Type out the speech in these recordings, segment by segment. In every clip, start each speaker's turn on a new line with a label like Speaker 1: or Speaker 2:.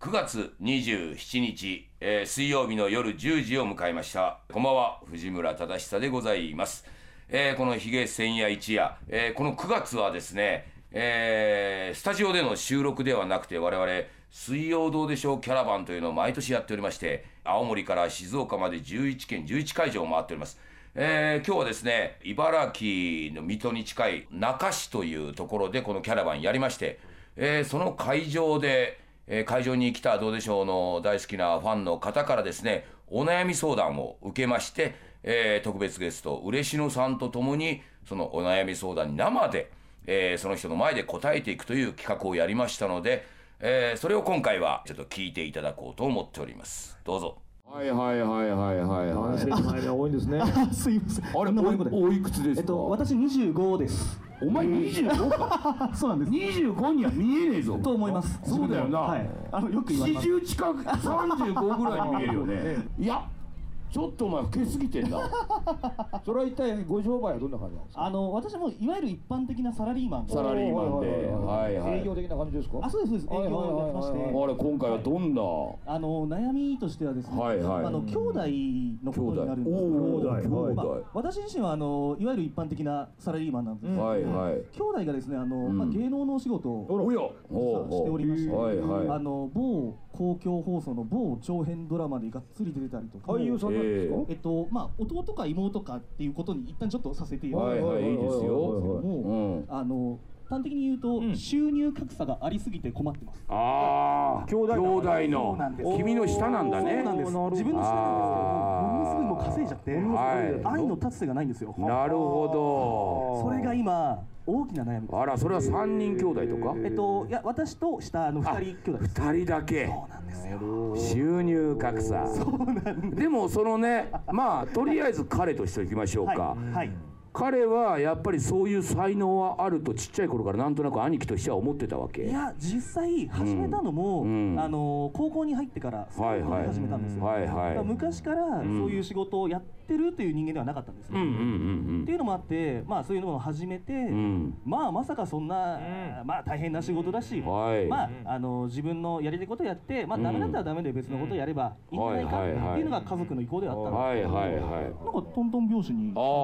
Speaker 1: 9月27日、えー水曜日の夜10時を迎えましたこんばんは藤村忠久でございます、えーこの「ひげ千夜一夜、えーこの9月はですね、えースタジオでの収録ではなくて我々水曜どうでしょうキャラバンというのを毎年やっておりまして青森から静岡まで11県11会場を回っておりますえー今日はですね茨城の水戸に近い中市というところでこのキャラバンやりまして、えーその会場で、えー会場に来た「どうでしょう」の大好きなファンの方からですねお悩み相談を受けまして、えー特別ゲスト嬉野さんと共にそのお悩み相談に生で、えーその人の前で答えていくという企画をやりましたので、えーそれを今回はちょっと聞いていただこうと思っております。どうぞ
Speaker 2: はいはいはいはいはい
Speaker 3: 男
Speaker 2: は
Speaker 3: 性
Speaker 2: い。
Speaker 3: の前では多いんですね。
Speaker 4: あ すいません。
Speaker 2: あれ
Speaker 4: そんなことない
Speaker 2: おおいくつですか。
Speaker 4: えっと私25です。
Speaker 2: お前二十五か。
Speaker 4: あ そうなんです。
Speaker 2: 二十五には見えねえぞ。
Speaker 4: と思います。
Speaker 2: そうだよな。
Speaker 4: はい。あのよく言われ
Speaker 2: 四
Speaker 4: ます。
Speaker 2: 十近く三十五ぐらいに見えるよ ね
Speaker 4: え。
Speaker 2: いや、ちょっとお前老けすぎてんだ。
Speaker 3: それは一体ご商売はどんな感じなんですか。
Speaker 4: あの私もいわゆる一般的なサラリーマン。
Speaker 2: サラリーマンで、はいはい。
Speaker 3: 営業的な感じですか。
Speaker 4: あそうですそうです営業をやってまし
Speaker 3: はいはいはい
Speaker 4: て。
Speaker 2: あれ今回はどんな。
Speaker 4: あの悩みとしてはですね、
Speaker 2: はいはい
Speaker 4: あの兄弟のことになるんですけ
Speaker 2: 兄弟
Speaker 4: ど、
Speaker 2: おー
Speaker 4: まあ
Speaker 2: 兄弟
Speaker 4: 私自身はあのいわゆる一般的なサラリーマンなんですけど、
Speaker 2: はいはい
Speaker 4: 兄弟がですねあの、
Speaker 2: ん
Speaker 4: まあ、芸能のお仕事を
Speaker 2: おや。
Speaker 4: 実はしておりまして、
Speaker 2: はいはい。
Speaker 4: あの某公共放送の某長編ドラマでがっつり出てたりとか、
Speaker 3: 俳優さんなんですか。
Speaker 2: え
Speaker 4: えっとまあ、弟か妹かっていうことに一旦ちょっとさせていただ
Speaker 2: はいい
Speaker 4: て
Speaker 2: はいいいです
Speaker 3: はいはい
Speaker 2: よ。
Speaker 3: はい
Speaker 4: もう
Speaker 2: うん。
Speaker 4: あの端的に言うと、収入格差がありすぎて困ってます
Speaker 2: ああ。
Speaker 3: 兄弟
Speaker 2: 兄弟
Speaker 4: そうなんです
Speaker 2: の。君の下なんだ
Speaker 4: そう
Speaker 2: ね。
Speaker 4: なんです
Speaker 3: なるほど
Speaker 4: 自分の下なんですけどもものすごいもう稼いじゃって、
Speaker 2: はい
Speaker 4: 愛の立つ瀬がないんですよ
Speaker 2: なるほ
Speaker 4: それが今大きな悩み
Speaker 2: ど。あら、それは三人兄弟とか。
Speaker 4: えっといや私と下の2人兄弟です
Speaker 2: 二人だけ
Speaker 4: そうなんですよ
Speaker 2: 収入格差でもそのねまあとりあえず彼としておきましょうか、
Speaker 4: はい、はい、
Speaker 2: 彼はやっぱりそういう才能はあるとちっちゃい頃からなんとなく兄貴としては思ってたわけ
Speaker 4: いや実際始めたのも、
Speaker 2: んうん
Speaker 4: あの高校に入ってからスポ
Speaker 2: はい
Speaker 4: ーツ
Speaker 2: はい
Speaker 4: 始めたんですよ、
Speaker 2: はいは
Speaker 4: だ
Speaker 2: い
Speaker 4: から
Speaker 2: うん
Speaker 4: 昔からそういう仕事をやってるという人間ではなかったんですよ、
Speaker 2: うん
Speaker 4: っていうのもあって、まあ、そういうのを始めて、
Speaker 2: うんうん
Speaker 4: まあまさかそんな、まあ大変な仕事だし、
Speaker 2: うんはい
Speaker 4: まああの自分のやりたいことやって、まあ、
Speaker 2: ん
Speaker 4: ダメだったらダメで別のことをやればいいんじゃないか
Speaker 2: はいはいはい
Speaker 4: っていうのが家族の意向ではあったんで
Speaker 2: はいはいはい
Speaker 4: す、なんかトントン拍子に
Speaker 2: あ
Speaker 4: う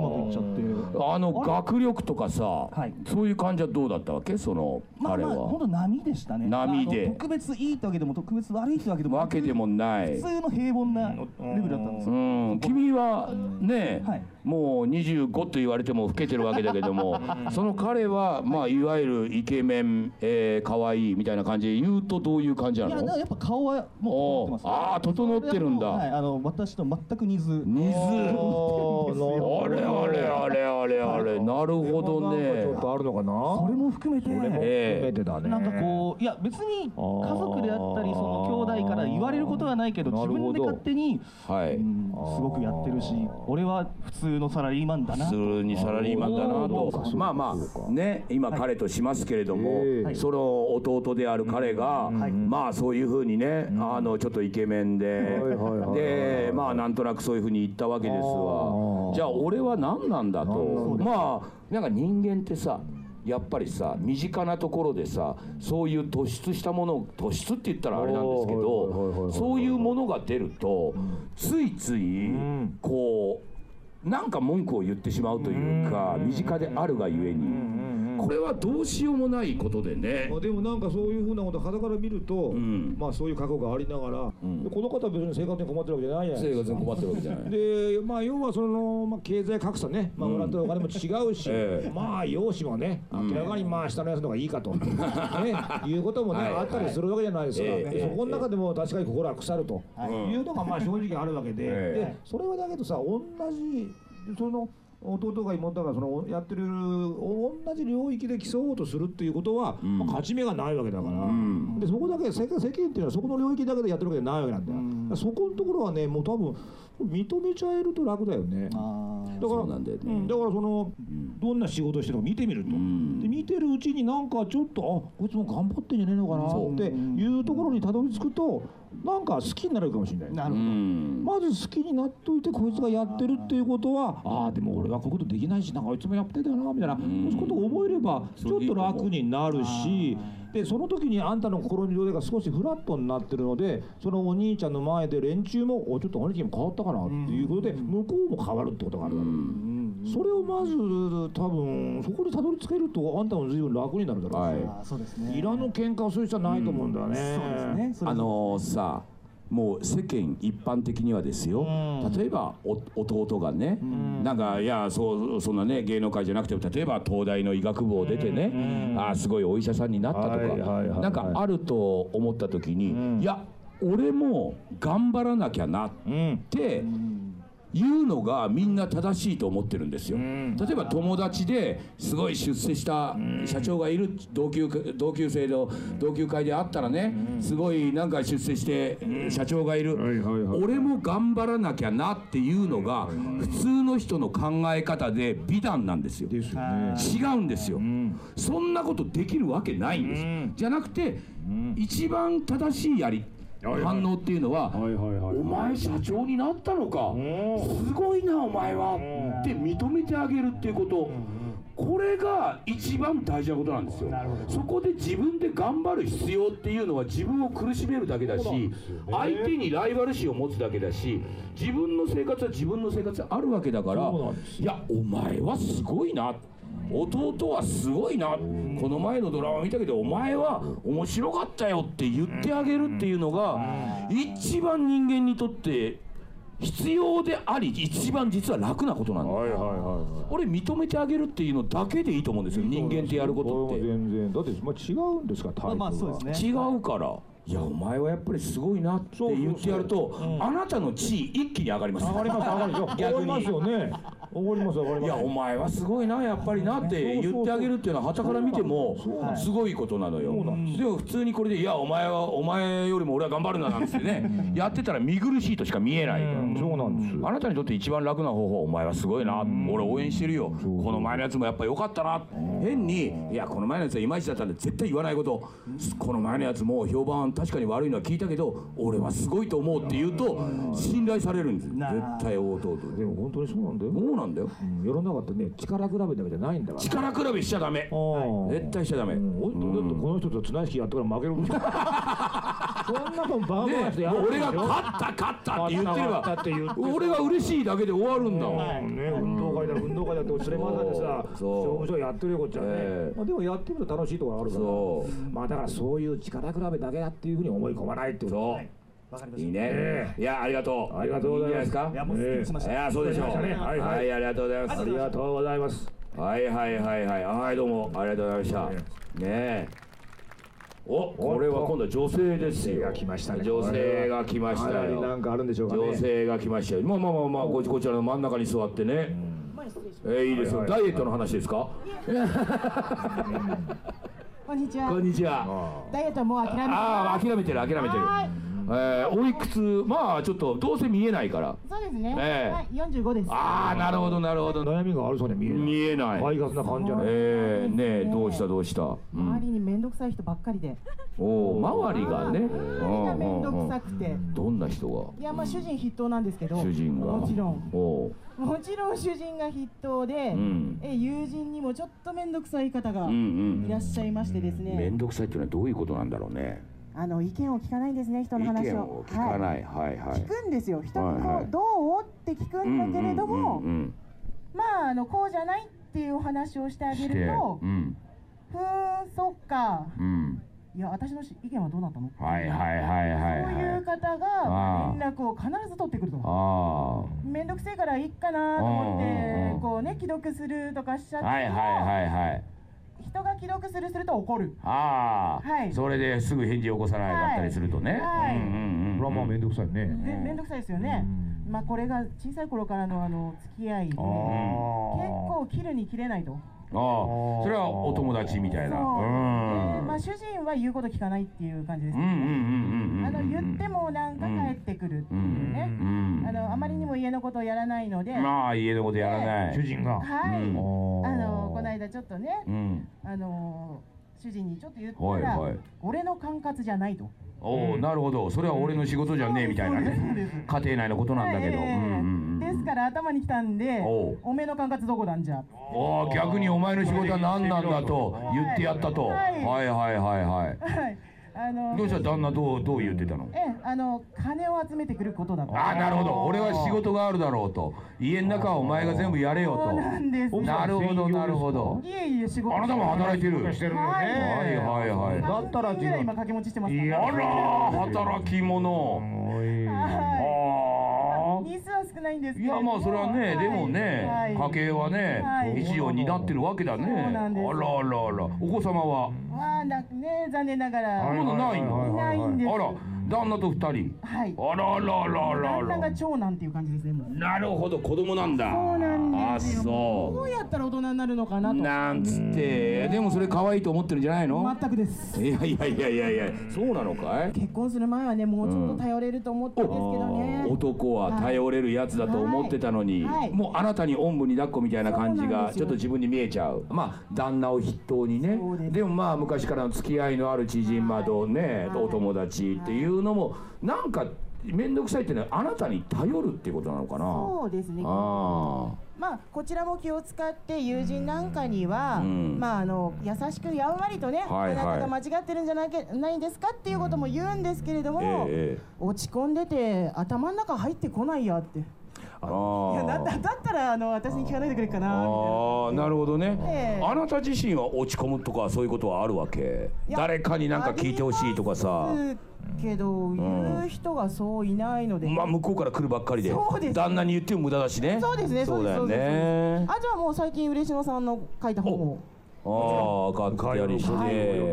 Speaker 4: ま
Speaker 2: あ
Speaker 4: くいっちゃって
Speaker 2: あの学力とかさ、
Speaker 4: い
Speaker 2: そういう感じはどうだったわけその
Speaker 4: まあ
Speaker 2: 彼
Speaker 4: ま
Speaker 2: は、
Speaker 4: あ本当波でしたね
Speaker 2: 波で
Speaker 4: まああの特別いいってわけでも特別悪いってわけでも
Speaker 2: わけでもない
Speaker 4: 普通の平凡なレベルだったんです
Speaker 2: う
Speaker 4: よ
Speaker 2: ん、君はね、
Speaker 4: はい
Speaker 2: もう25と言われても老けてるわけだけども、その彼は、まあ、いわゆるイケメン、えー、可愛いみたいな感じで言うとどういう感じない
Speaker 4: やだから
Speaker 2: の
Speaker 4: やっぱ顔はもう整ってます
Speaker 2: おうあー整ってるんだ
Speaker 4: はいあの私と全く似ず
Speaker 2: 水
Speaker 3: あ
Speaker 2: あれあれあれあれあれなるほどね
Speaker 3: ちょっとあるのかな。
Speaker 4: それも含めて
Speaker 2: ええ
Speaker 3: 初めてだね。
Speaker 4: なんかこういや別に家族であったり
Speaker 3: あー
Speaker 4: その兄弟から言われることはないけど
Speaker 3: な
Speaker 4: 自
Speaker 3: る
Speaker 4: 分
Speaker 3: ほど
Speaker 4: で勝手に、
Speaker 2: はい
Speaker 4: うん、すごくやってるし俺は普通のサラリーマンだな
Speaker 2: 普通にサラリーマンだなとまあまあね今彼としますけれども、
Speaker 3: はい
Speaker 2: その弟である彼が、
Speaker 4: はい
Speaker 2: まあそういうふうにね、あのちょっとイケメンで、
Speaker 3: いはいはい
Speaker 2: でまあなんとなくそういうふうに言ったわけですわ
Speaker 3: ー
Speaker 2: じゃあ俺は何なんだとまあなんか人間ってさやっぱりさ身近なところでさそういう突出したものを突出って言ったらあれなんですけ
Speaker 3: おーはいはいはいはい
Speaker 2: ど
Speaker 3: はい
Speaker 2: そういうものが出るとついつい
Speaker 3: ん
Speaker 2: こうなんか文句を言ってしまうというか身近であるがゆえにこれはどうしようもないことでね
Speaker 3: まあでもなんかそういうふうなことを肌から見ると、
Speaker 2: ん
Speaker 3: まあそういう過去がありながら、でこの方は別に生活に困ってるわけじゃないじゃない
Speaker 2: 生
Speaker 3: で
Speaker 2: 活
Speaker 3: すか
Speaker 2: に困ってるわけじゃない。
Speaker 3: でまあ要はその、まあ、経済格差ね、まあ、もらってるお金も違う し、
Speaker 2: ええ
Speaker 3: まあ容姿もね明らかにまあ下のやつの方がいい かと、ね、いうこともね、
Speaker 2: はい
Speaker 3: あったりするわけじゃないです
Speaker 2: は
Speaker 3: か、
Speaker 2: いええ
Speaker 3: そこの中でも確かに心は腐ると、
Speaker 2: い
Speaker 3: い、うのがまあ正直あるわけで,、
Speaker 2: ええ
Speaker 3: でそれはだけどさ同じその弟が妹がそのやってる同じ領域で競おうとするっていうことは、
Speaker 2: ん
Speaker 3: まあ勝ち目がないわけだから、
Speaker 2: ん
Speaker 3: でそこだけ世界世間っていうのはそこの領域だけでやってるわけじゃないわけなんだよ、
Speaker 4: うん
Speaker 3: そこのところはねもう多分認めちゃえると楽だよね
Speaker 4: あ
Speaker 3: だか
Speaker 4: ー
Speaker 3: ら
Speaker 2: そうなんだよね
Speaker 3: うんだからそのどんな仕事してるのか見てみると、
Speaker 2: ん
Speaker 3: で見てるうちになんかちょっとあこいつも頑張ってんじゃねえのか
Speaker 4: そう
Speaker 3: なっていうところにたどり着くとなんか好きになれるかもしれない
Speaker 4: なる
Speaker 2: う
Speaker 4: ほど、
Speaker 2: ん
Speaker 3: まず好きになっといてこいつがやってるっていうことはああでも俺はこういうことできないしなんかあいつもやってたよなみたいな、そういうことを思えればちょっと楽になるしでその時にあんたの心の上が少しフラットになってるのでそのお兄ちゃんの前で連中も「おちょっとお兄ちゃんも変わったかな」っていうことで向こうも変わるってことがあるわけそれをまず多分そこにたどり着けるとあんたも随分楽になるだろうし、
Speaker 4: あーそうですね
Speaker 3: いらぬ喧嘩をする必要はないと思うんだよね。
Speaker 4: そうですねそれ
Speaker 2: あのさもう世間一般的にはですよ、例えばお弟がね、なんかいやそうそんなね芸能界じゃなくても例えば東大の医学部を出てね、ああすごいお医者さんになったとか、
Speaker 3: はいはいはい
Speaker 2: なんかあると思った時に、いや俺も頑張らなきゃなっ
Speaker 3: うん
Speaker 2: って言うのがみんな正しいと思ってるんですよ。例えば友達ですごい出世した社長がいる同級同級生の同級会であったらねすごいなんか出世して社長がいる
Speaker 3: いはいはい
Speaker 2: 俺も頑張らなきゃなっていうのが普通の人の考え方で美談なんですよ。
Speaker 3: ですよね。
Speaker 2: 違うんですよ、そんなことできるわけないんです、じゃなくて、一番正しいやり反応っていうのは、お前社長になったのか、すごいなお前は、って認めてあげるっていうこと、これが一番大事なことなんですよそこで自分で頑張る必要っていうのは自分を苦しめるだけだし、相手にライバル心を持つだけだし自分の生活は自分の生活であるわけだから
Speaker 3: そうなんです
Speaker 2: いやお前はすごいな弟はすごいなこの前のドラマ見たけどお前は面白かったよって言ってあげるっていうのが一番人間にとって必要であり一番実は楽なことなんだ、
Speaker 3: はいはいはい。
Speaker 2: 俺認めてあげるっていうのだけでいいと思うんですよ人間ってやることって
Speaker 3: これも全然だって、まあ、違うんですからタイプ
Speaker 4: まあま
Speaker 3: が、
Speaker 4: あそうですね
Speaker 2: 違うから。いやお前はやっぱりすごいなって言ってやるとあなたの地位一気に上がります
Speaker 3: 上がります上がりますいや
Speaker 2: 逆
Speaker 3: 怒
Speaker 2: に
Speaker 3: りますよね怒りますよ怒ります
Speaker 2: いやお前はすごいなやっぱりなって言ってあげるっていうのは傍から見てもすごいことなのよでも普通にこれで「いやお前はお前よりも俺は頑張るな」なんてねやってたら見苦しいとしか見えないから
Speaker 3: うんそうなんです
Speaker 2: あなたにとって一番楽な方法はお前はすごいな俺応援してるよこの前のやつもやっぱ良かったな変にいやこの前のやつはいまいちだったんで絶対言わないことこの前のやつも評判確かに悪いのは聞いたけど俺はすごいと思うって言うと信頼されるんです絶対応答と
Speaker 3: でも本当にそうなんだよ、
Speaker 2: そうなんだよ
Speaker 3: うん世の中ってね力比べだけじゃないんだから
Speaker 2: 力比べしちゃダメ
Speaker 3: はい
Speaker 2: 絶対しちゃダメ、
Speaker 3: うんおいだってこの人と綱引きやったから負けるそんなもんバカバ
Speaker 2: で
Speaker 3: カしてやる
Speaker 2: 俺が勝った勝ったって言ってれ
Speaker 3: 勝
Speaker 2: ば
Speaker 3: った勝ったって言って
Speaker 2: 俺が嬉しいだけで終わるんだもん、
Speaker 3: ね、運動会だ運動会だって連れ回されてさ
Speaker 2: そう
Speaker 3: 勝負所やってるよこっちはね、
Speaker 2: ええ
Speaker 3: まあ、でもやってみると楽しいところあるから
Speaker 2: そ
Speaker 3: まあだからそういう力比べだけだっていうふうに思い込まないって
Speaker 2: う
Speaker 3: こと
Speaker 2: そう、
Speaker 4: わかりま
Speaker 2: い
Speaker 4: し
Speaker 2: いね、
Speaker 3: え
Speaker 2: いやありがとう
Speaker 3: ありがとうございます
Speaker 2: んじゃ
Speaker 4: たいや
Speaker 2: な
Speaker 4: もうすっきりしま
Speaker 2: で
Speaker 4: し
Speaker 2: す
Speaker 4: た、
Speaker 2: かいやそうでしょう
Speaker 3: わかりましたね
Speaker 2: は、
Speaker 3: はいいはい
Speaker 2: ありがとうございま
Speaker 3: あ
Speaker 2: す
Speaker 3: りがとうございます
Speaker 2: はいはいはいはいはいどうもありがとうございましたねえおこれは今度は女性ですよ
Speaker 3: 女性が来ましたね
Speaker 2: 女性が来ました
Speaker 3: かなりな
Speaker 2: よ
Speaker 3: んかあるんでしょうかね
Speaker 2: 女性が来ましたよまあまあまあまあここちらの真ん中に座ってね、えーいいですよ、
Speaker 3: はいはい
Speaker 2: ダイエットの話ですか、
Speaker 5: こんにち
Speaker 2: こ
Speaker 5: は
Speaker 2: ん。にちは
Speaker 5: ダイエットはもう諦め
Speaker 2: ああ諦めてる諦めてる
Speaker 5: はーい
Speaker 2: えー、おいくつまあちょっとどうせ見えないから
Speaker 5: そうですね。
Speaker 2: ええ
Speaker 5: はい、四十五です。
Speaker 2: ああなるほどなるほど
Speaker 3: 悩みがあるそうには見えない
Speaker 2: 見えない、
Speaker 3: 快活な感じじゃない、
Speaker 2: えー、ねえどうしたどうした、うん、
Speaker 5: 周りに面倒くさい人ばっかりで。
Speaker 2: おお周りがねう
Speaker 5: あー周りが
Speaker 2: ん
Speaker 5: 面倒
Speaker 2: うん
Speaker 5: く
Speaker 2: うん
Speaker 5: さくて。
Speaker 2: どんな人が
Speaker 5: いや、まあ、主人筆頭なんですけど。
Speaker 2: 主人が
Speaker 5: もちろん。
Speaker 2: おお
Speaker 5: もちろん主人が筆頭で。
Speaker 2: ん
Speaker 5: え、友人にもちょっと面倒くさい方が。
Speaker 2: うんう
Speaker 5: い
Speaker 2: ん
Speaker 5: らっしゃいましてです
Speaker 2: 面
Speaker 5: ね。
Speaker 2: 倒くさいっていうのはどういうことなんだろうね
Speaker 5: あの、意見を聞かないんですね、人
Speaker 2: 意
Speaker 5: の話
Speaker 2: 見
Speaker 5: を
Speaker 2: を。聞か
Speaker 5: はい
Speaker 2: ない、はい、はい
Speaker 5: 聞くんですよ。人に
Speaker 2: はい
Speaker 5: こ、
Speaker 2: はいう
Speaker 5: どうって聞くんだけれども
Speaker 2: うん。うん
Speaker 5: まあ、あの、こうじゃないっていうお話をしてあ
Speaker 2: うん、
Speaker 5: げ
Speaker 2: して
Speaker 5: ると
Speaker 2: う。ん
Speaker 5: ふーん、そっか。
Speaker 2: うん
Speaker 5: いや、私のし意見はどうなったの
Speaker 2: はいはいはいはい
Speaker 5: そう
Speaker 2: は
Speaker 5: いう
Speaker 2: い
Speaker 5: 方
Speaker 2: あ
Speaker 5: が
Speaker 2: ー
Speaker 5: 連絡を必ず取ってくると。
Speaker 2: ああ
Speaker 5: めんどくせえからいっかなと思
Speaker 2: うんうんう
Speaker 5: っ
Speaker 2: ん
Speaker 5: て、こうね、既読するとかしちゃっても、
Speaker 2: はいはいはいはい。
Speaker 5: 人が既読するすると怒る。
Speaker 2: ああ、
Speaker 5: はい
Speaker 2: それですぐ返事を起こさないだったりするとね。
Speaker 5: はい
Speaker 2: うんうんうん、
Speaker 3: これはまあ面倒くさいね、
Speaker 5: で、めんどくさいですよね。まあ、これが小さい頃からのあの付き合いで、結構切るに切れないと。
Speaker 2: ああ、それはお友達みたい
Speaker 5: そう。
Speaker 2: な。
Speaker 5: で
Speaker 2: うん。
Speaker 5: まあ、主人は言うこと聞かないっていう感じです
Speaker 2: うんう。んうんうんうん。
Speaker 5: あの、言って。もなんか帰ってくるっていうね。
Speaker 2: うん
Speaker 5: あ。の、あまりにも家のことをやらないので、はい。
Speaker 2: まあ家のことやらない。
Speaker 3: 主人が
Speaker 5: あ
Speaker 2: うん
Speaker 5: の、この間ちょっとね、
Speaker 2: うん。
Speaker 5: あのー主人にちょっと言ったら、
Speaker 2: はいはい
Speaker 5: 俺の管轄じゃないと。
Speaker 2: おお、なるほど。それは俺の仕事じゃねえみたいな
Speaker 5: そうですそう
Speaker 2: ね
Speaker 5: です。
Speaker 2: 家庭内のことなんだけど。
Speaker 5: え
Speaker 2: う
Speaker 5: え
Speaker 2: んうんうん。
Speaker 5: でですから頭にきたんで
Speaker 2: おう
Speaker 5: おめえの管轄どこなんじゃ
Speaker 2: ああ逆にお前の仕事は何なんだと言ってやったと、
Speaker 5: はい
Speaker 2: はいはいはいはい
Speaker 5: はいあの
Speaker 2: どうした旦那どうどう言ってたの
Speaker 5: ええあの金を集めてくることだと
Speaker 2: ああなるほど俺は仕事があるだろうと家の中はお前が全部やれよ
Speaker 5: そうなん
Speaker 2: と
Speaker 5: ですよ
Speaker 2: なるほどなるほど
Speaker 5: いえいえ仕事
Speaker 2: あなたも働いてる
Speaker 3: してるの
Speaker 5: はい
Speaker 3: ね。
Speaker 2: はいはいはい
Speaker 6: だったら
Speaker 5: 半分ぐい今掛け持ちしてますから
Speaker 2: あらー働き者
Speaker 5: は
Speaker 2: あ
Speaker 5: い日数は少ないんで
Speaker 2: あ
Speaker 5: すけ
Speaker 2: い
Speaker 5: れど
Speaker 2: やまあそれはね
Speaker 5: い
Speaker 2: でもね
Speaker 5: はい
Speaker 2: 家計は
Speaker 5: は
Speaker 2: ね
Speaker 5: い
Speaker 2: 一助を担ってるわけだね
Speaker 5: そう
Speaker 2: あら
Speaker 5: な
Speaker 2: あ
Speaker 5: んです
Speaker 2: らあらお子様は
Speaker 5: まあなね残念ながら
Speaker 2: まだない
Speaker 5: い
Speaker 2: の
Speaker 5: ないんです
Speaker 2: あら旦那と二人
Speaker 5: はい
Speaker 2: あらあらあらあらあ
Speaker 5: 旦那
Speaker 2: ら
Speaker 5: が長男っていう感じですねもう
Speaker 2: なるほど子供なんだ
Speaker 5: そうなんですよ
Speaker 2: あ
Speaker 5: ど
Speaker 2: そう
Speaker 5: やったら大人になるのかなと
Speaker 2: なんつってでもそれ可愛いと思ってるんじゃないの
Speaker 5: 全くです
Speaker 2: いやいやいやいやいやそうなのかい
Speaker 5: 結婚する前はねもうちょっと頼れると思ったんですけどね、
Speaker 2: 男は頼れるやつだと思ってたのに、
Speaker 5: はいはい
Speaker 2: もうあなたにおんぶに抱っこみたいな感じ
Speaker 5: そうなん
Speaker 2: が
Speaker 5: です
Speaker 2: ちょ
Speaker 5: よ
Speaker 2: っと自分に見えちゃうまあ旦那を筆頭にね
Speaker 5: そうです
Speaker 2: でもまあ昔からの付き合いのある知人まあどうね、
Speaker 5: はい
Speaker 2: お友達っていうのもなんか面倒くさいっていうのはあなたに頼るっていうことなのかな
Speaker 5: そうですね
Speaker 2: あ
Speaker 5: まあこちらも気を使って友人なんかには、
Speaker 2: ん
Speaker 5: まああの優しくやんわりとね、
Speaker 2: はいはい
Speaker 5: あなたが間違ってるんじゃないけないんですかっていうことも言うんですけれど
Speaker 2: あ
Speaker 5: も、
Speaker 2: ええ
Speaker 5: 落ち込んでて頭の中入ってこないやってい
Speaker 2: ああ
Speaker 5: やだっただったらあの私に聞かないでくれっかなみたいな。
Speaker 2: ああなるほどね、
Speaker 5: ええ
Speaker 2: あなた自身は落ち込むとかそういうことはあるわけ
Speaker 5: いや
Speaker 2: 誰かになんか聞いてほしいとかさ
Speaker 5: ありますけど、言う人がそういないので、
Speaker 2: まあ向こうから来るばっかりで
Speaker 5: そうです
Speaker 2: 旦那に言っても無駄だしね
Speaker 5: そうですね
Speaker 2: そうだよ
Speaker 5: そうです
Speaker 2: ね
Speaker 5: あじゃあもう最近嬉野さんの書いた本を
Speaker 2: ああ買ってやりして、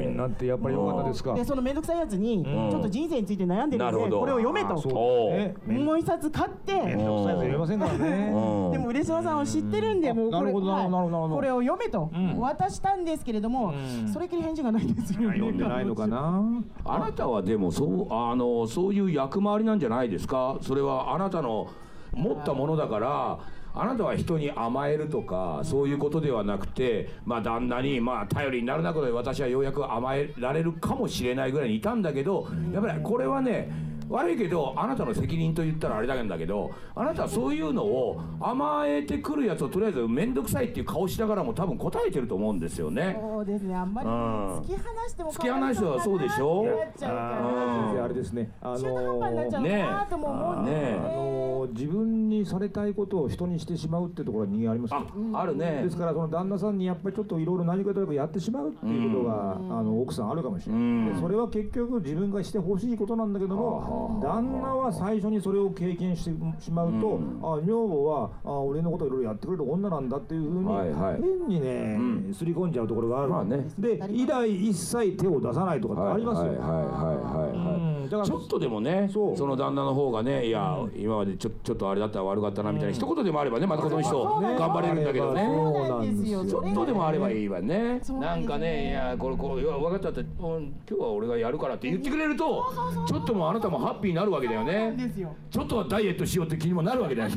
Speaker 3: みんなってやっぱり良かったですか。
Speaker 5: でその面倒くさいやつに、ちょっと人生について悩んでる
Speaker 2: なる
Speaker 5: の
Speaker 2: ほ
Speaker 5: で
Speaker 2: ど
Speaker 5: これを読めと
Speaker 3: そう
Speaker 2: おう
Speaker 3: ね。
Speaker 5: もう一冊買って、
Speaker 3: 面倒くさいやつ言えませんからね。
Speaker 2: うん
Speaker 5: でも嬉野さんを知ってるんで、もうこ
Speaker 6: なる
Speaker 5: れ,
Speaker 6: ほど
Speaker 5: は
Speaker 6: な
Speaker 5: い、
Speaker 6: るほどなるほど
Speaker 5: これを読めと渡したんですけれども、それきり返事がないんですよね。
Speaker 3: 読んでないのかな。
Speaker 2: あなたはでもそうあのそういう役回りなんじゃないですかそれはあなたの持ったものだからあなたは人に甘えるとかそういうことではなくて、まあ、旦那に、まあ、頼りになる中で私はようやく甘えられるかもしれないぐらいにいたんだけどやっぱりこれはね悪いけどあなたの責任と言ったらあれだけんだけどあなたはそういうのを甘えてくるやつをとりあえず面倒くさいっていう顔しながらも多分答えてると思うんですよね。
Speaker 5: そうですね、あんまりね
Speaker 2: うん
Speaker 5: 突き放しても
Speaker 2: 突き放してはそうでしょ
Speaker 5: 変わらなくなっちゃう
Speaker 2: うん
Speaker 5: か
Speaker 3: あれですね。あ
Speaker 5: ら
Speaker 3: の
Speaker 5: 中途半端になっちゃう
Speaker 2: ね
Speaker 5: のかなとも思うんですよ
Speaker 2: ね
Speaker 3: あの自分にされたいことを人にしてしまうってところにありますよ
Speaker 2: ああるね
Speaker 3: ですからその旦那さんにやっぱりちょっといろいろ何かとなくやってしまうっていうことが、あの奥さんあるかもしれない、でそれは結局自分がしてほしいことなんだけども、旦那は最初にそれを経験してしまうと、あ女房はあ俺のこといろいろやってくれる女なんだっていうふうに、
Speaker 2: はいはい
Speaker 3: 変にね、すり込んじゃうところがある、
Speaker 2: まあね
Speaker 3: で以来一切手を出さないとかってあります
Speaker 2: はい
Speaker 3: よ、
Speaker 2: はいはいはいはい、
Speaker 3: うんだから
Speaker 2: ちょっとでもね
Speaker 3: そ
Speaker 2: そうの旦那の方がねいや今までちょちょっとあれだったら悪かったなみたいな、一言でもあればねまたこの人
Speaker 5: そうなんです
Speaker 2: 頑張れるんだけどね
Speaker 3: そう
Speaker 5: そうなんですよ。
Speaker 2: ちょっとでもあればいいわね
Speaker 5: そう
Speaker 2: なんかねいやこれこういや分かったってうん今日は俺がやるからって言ってくれるとちょっともうあなたもハッピーになるわけだよ
Speaker 5: そうなん
Speaker 2: ね
Speaker 5: ですよ。
Speaker 2: ちょっとはダイエットしようって気にもなるわけだよね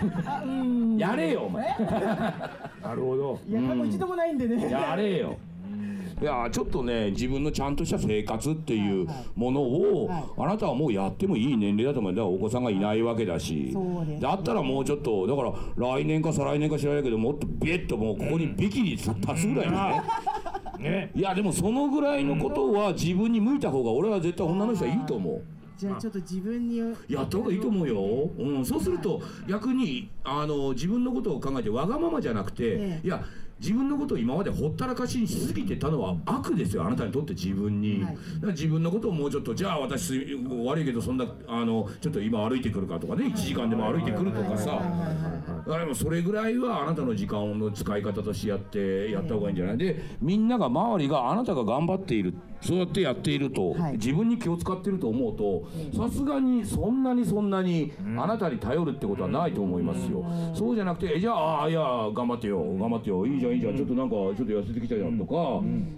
Speaker 2: やれよお前
Speaker 3: なるほど
Speaker 5: いや、過去一度もないんでね。
Speaker 2: やれよ。いやちょっとね自分のちゃんとした生活っていうものを、
Speaker 5: はい
Speaker 2: あなたはもうやってもいい年齢だと思うだからお子さんがいないわけだし、
Speaker 5: そうです
Speaker 2: だったらもうちょっとだから来年か再来年か知らないけどもっとビッともうここにビキに立つぐらいのね、
Speaker 3: ね
Speaker 2: いやでもそのぐらいのことは自分に向いた方が俺は絶対女の人はいいと思う。
Speaker 5: じゃあちょっと自分に
Speaker 2: やった方がいいと思うよ、うん、そうすると逆にあの自分のことを考えてわがままじゃなくて、
Speaker 5: ええ
Speaker 2: いや自分のことを今までほったらかしにしすぎてたのは悪ですよあなたにとって自分に、
Speaker 5: はい
Speaker 2: だから自分のことをもうちょっとじゃあ私悪いけどそんなあのちょっと今歩いてくるかとかね1時間でも歩いてくるとかさあでもそれぐらいはあなたの時間の使い方としてやってやった方がいいんじゃないでみんなが周りがあなたが頑張っているそうやってやっていると、
Speaker 5: はい
Speaker 2: 自分に気を使ってると思うとさすがにそんなにそんなにあなたに頼るってことはないと思いますよ、そうじゃなくてえじゃああいや頑張ってよ頑張ってよいいじゃんいいじゃんちょっとなんかちょっと痩せてきたじゃんとか、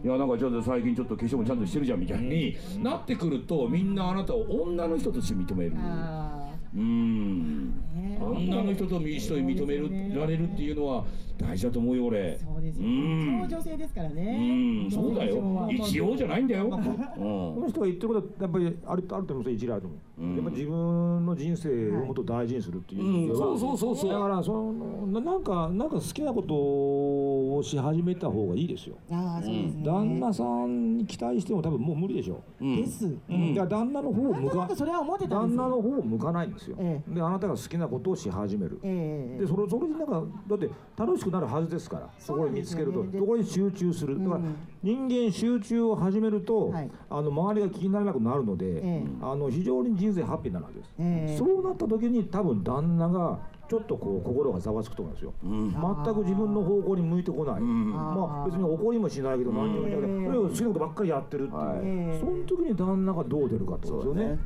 Speaker 2: いやなんかちょっと最近ちょっと化粧もちゃんとしてるじゃんみたいになってくるとみんなあなたを女の人として認める。
Speaker 5: あ
Speaker 2: うん
Speaker 5: ね
Speaker 2: 女の人といい人に認めるられるっていうのは大事だと思うよ俺
Speaker 5: そうですよ、
Speaker 2: うん
Speaker 5: その女性ですから
Speaker 2: う
Speaker 5: ね
Speaker 2: んそうだ
Speaker 5: この
Speaker 2: よ
Speaker 5: 女性は
Speaker 2: 一応じゃないんだよ
Speaker 3: この人が言ってることはやっぱりあるあると思うんですよ一理あると思う、やっぱ自分の人生をもっと大事にするっていうう、
Speaker 2: ん、うん、そうそうそう
Speaker 3: だ
Speaker 2: そ
Speaker 3: か
Speaker 2: う
Speaker 3: らそのななんかなんか好きなことをし始めた方がいいですよ
Speaker 5: ああそうですね、
Speaker 3: 旦那さんに期待しても多分もう無理でしょ
Speaker 2: うん
Speaker 5: です
Speaker 3: うん、だから旦那の方を
Speaker 5: なん
Speaker 3: 向
Speaker 5: とな
Speaker 3: か
Speaker 5: くそれは思ってたん
Speaker 3: 旦
Speaker 5: です
Speaker 3: 那
Speaker 5: よ
Speaker 3: の方を向かないんですよ、
Speaker 5: え
Speaker 3: であなたが好きなことをし始める、
Speaker 5: ええ
Speaker 3: でそれそれになんかだって楽しくなるはずですからそこに見つけると
Speaker 5: そうなんですよねで
Speaker 3: そこに集中する、だから人間集中を始めると、
Speaker 5: はい
Speaker 3: あの周りが気にならなくなるので、
Speaker 5: ええ
Speaker 3: あの非常に人生ハッピーになるわけです、
Speaker 5: ええ
Speaker 3: そうなった時に多分旦那がちょっとこう心がざわつくと思うんですよ、全く自分の方向に向いてこない、まあ別に怒りもしないけど何にもしないけど、
Speaker 5: ええ
Speaker 3: とにかく好きなことばっかりやってるっていう、
Speaker 5: ええ
Speaker 3: その時に旦那がどう出るかってことですよね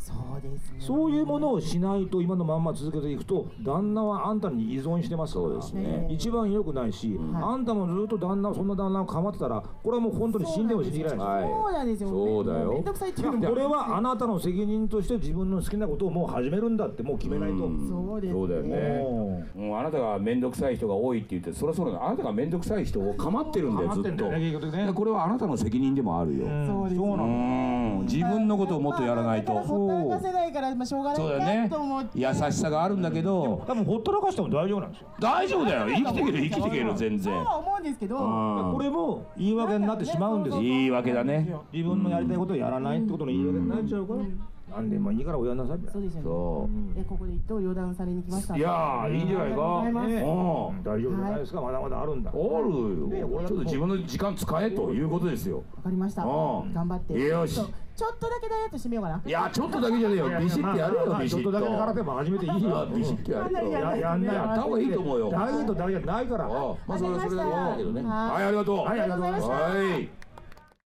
Speaker 5: そうですね
Speaker 3: そういうものをしないと今のまんま続けていくと旦那はあんたに依存してますから
Speaker 5: ね
Speaker 3: 一番良くないし、あんたもずっと旦那そんな旦那を構ってたらこれはもう本当に死んでも死にきれない
Speaker 2: はい
Speaker 5: そうなんですよ、
Speaker 2: そうだよ
Speaker 5: めんどくさいっていう
Speaker 3: で
Speaker 5: の
Speaker 3: もこ
Speaker 5: も
Speaker 3: れはあなたの責任として自分の好きなことをもう始めるんだってもう決めないと。
Speaker 5: そうですね
Speaker 2: そうだよね
Speaker 3: も
Speaker 2: うん、あなたが面倒くさい人が多いって言ってそろそろあなたが面倒くさい人を構ってるんだよずっと、でこれはあなたの責任でもあるよ、
Speaker 3: う
Speaker 5: そうですね
Speaker 3: そうな
Speaker 2: う
Speaker 3: の
Speaker 2: ん、自分のことをもっとやらないと
Speaker 5: まあだからほったらかせないから、まあ、しょうが
Speaker 2: そうだよ
Speaker 5: ない
Speaker 2: ね
Speaker 5: なと思って、
Speaker 2: 優しさがあるんだけど
Speaker 3: 多分ほったらかしても大丈夫なんですよ。
Speaker 2: 大丈夫だよ生きていける生きていける全
Speaker 5: そう
Speaker 2: 然
Speaker 5: は思うんですけど、
Speaker 2: うん
Speaker 3: これも言い訳になってしまうんですよ。
Speaker 2: 言い訳だね
Speaker 3: 自分のやりたいことをやらないってことの言い訳になっちゃうから、何でもいいからおやんなさいみたい
Speaker 5: そう
Speaker 3: な。
Speaker 5: ですよね
Speaker 2: そ
Speaker 5: えここで一刀両断されに来ました
Speaker 2: ういやーいいんじゃないか
Speaker 5: ありがとうございます
Speaker 2: うん
Speaker 3: うん大丈夫じゃないですか、まだまだあるんだ。
Speaker 2: おるよちょっと自分の時間使えということですよ
Speaker 5: わかりました
Speaker 2: うん
Speaker 5: 頑張って
Speaker 2: よし
Speaker 5: ちょっとちょっとだけダイエットしてみようかない
Speaker 2: やちょっとだけじゃねえよビシッてやれよ
Speaker 3: まあ
Speaker 2: ビ
Speaker 3: ち
Speaker 2: シ
Speaker 3: ょっ
Speaker 2: ッ
Speaker 3: と
Speaker 2: と
Speaker 3: だけ空手も始めていい
Speaker 2: あ
Speaker 3: よ。
Speaker 2: ビシッとやれよ
Speaker 3: ややんなよ
Speaker 2: やった方がいいと思うよ
Speaker 3: ダイエットだけじゃないから。
Speaker 2: ああまあそれはそれだけなんだけどね
Speaker 5: はい
Speaker 2: はいありがとう
Speaker 3: はいありがとうございま
Speaker 5: した
Speaker 2: はい